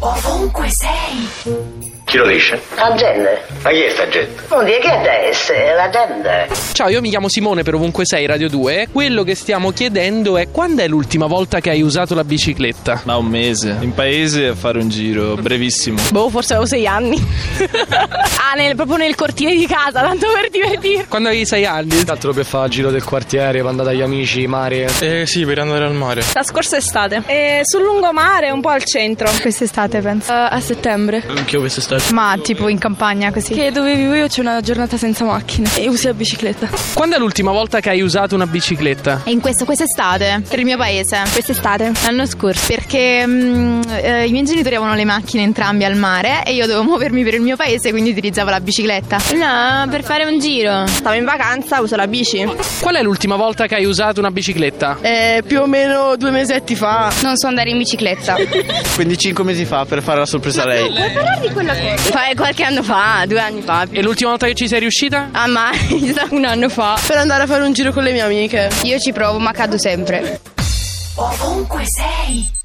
Ovunque sei. Chi lo dice? Agende. Ma chi è sta gente? Non dire che adesso è l'agenda. Ciao, io mi chiamo Simone per ovunque sei Radio 2. Quello che stiamo chiedendo è quando è l'ultima volta che hai usato la bicicletta? Ma un mese. In paese a fare un giro brevissimo. Boh, forse avevo sei anni. ah, nel- proprio nel cortile di casa, tanto per divertirmi. Quando avevi 6 anni? Altro per fare il giro del quartiere, per andare agli amici, mare. Eh sì, per andare al mare. La scorsa estate. Eh, sul lungomare, un po' al centro. Eh, Quest'estate penso. a settembre. Anch'io quest'estate. Ma tipo in campagna così. Che dove vivo io c'è una giornata senza macchina e usi la bicicletta. Quando è l'ultima volta che hai usato una bicicletta? E in questo quest'estate, per il mio paese, Quest'estate. l'anno scorso, perché mm, eh, i miei genitori avevano le macchine entrambi al mare e io dovevo muovermi per il mio paese, quindi utilizzavo la bicicletta. No, per fare un giro. Stavo in vacanza, uso la bici. Qual è l'ultima volta che hai usato una bicicletta? Eh, più o meno due mesetti fa. Non so andare in bicicletta. Quindi 5 mesi fa per fare la sorpresa a lei. qualche anno fa, due anni fa. E l'ultima volta che ci sei riuscita? Ah, ma un anno fa. Per andare a fare un giro con le mie amiche. Io ci provo, ma cado sempre. Ovunque sei.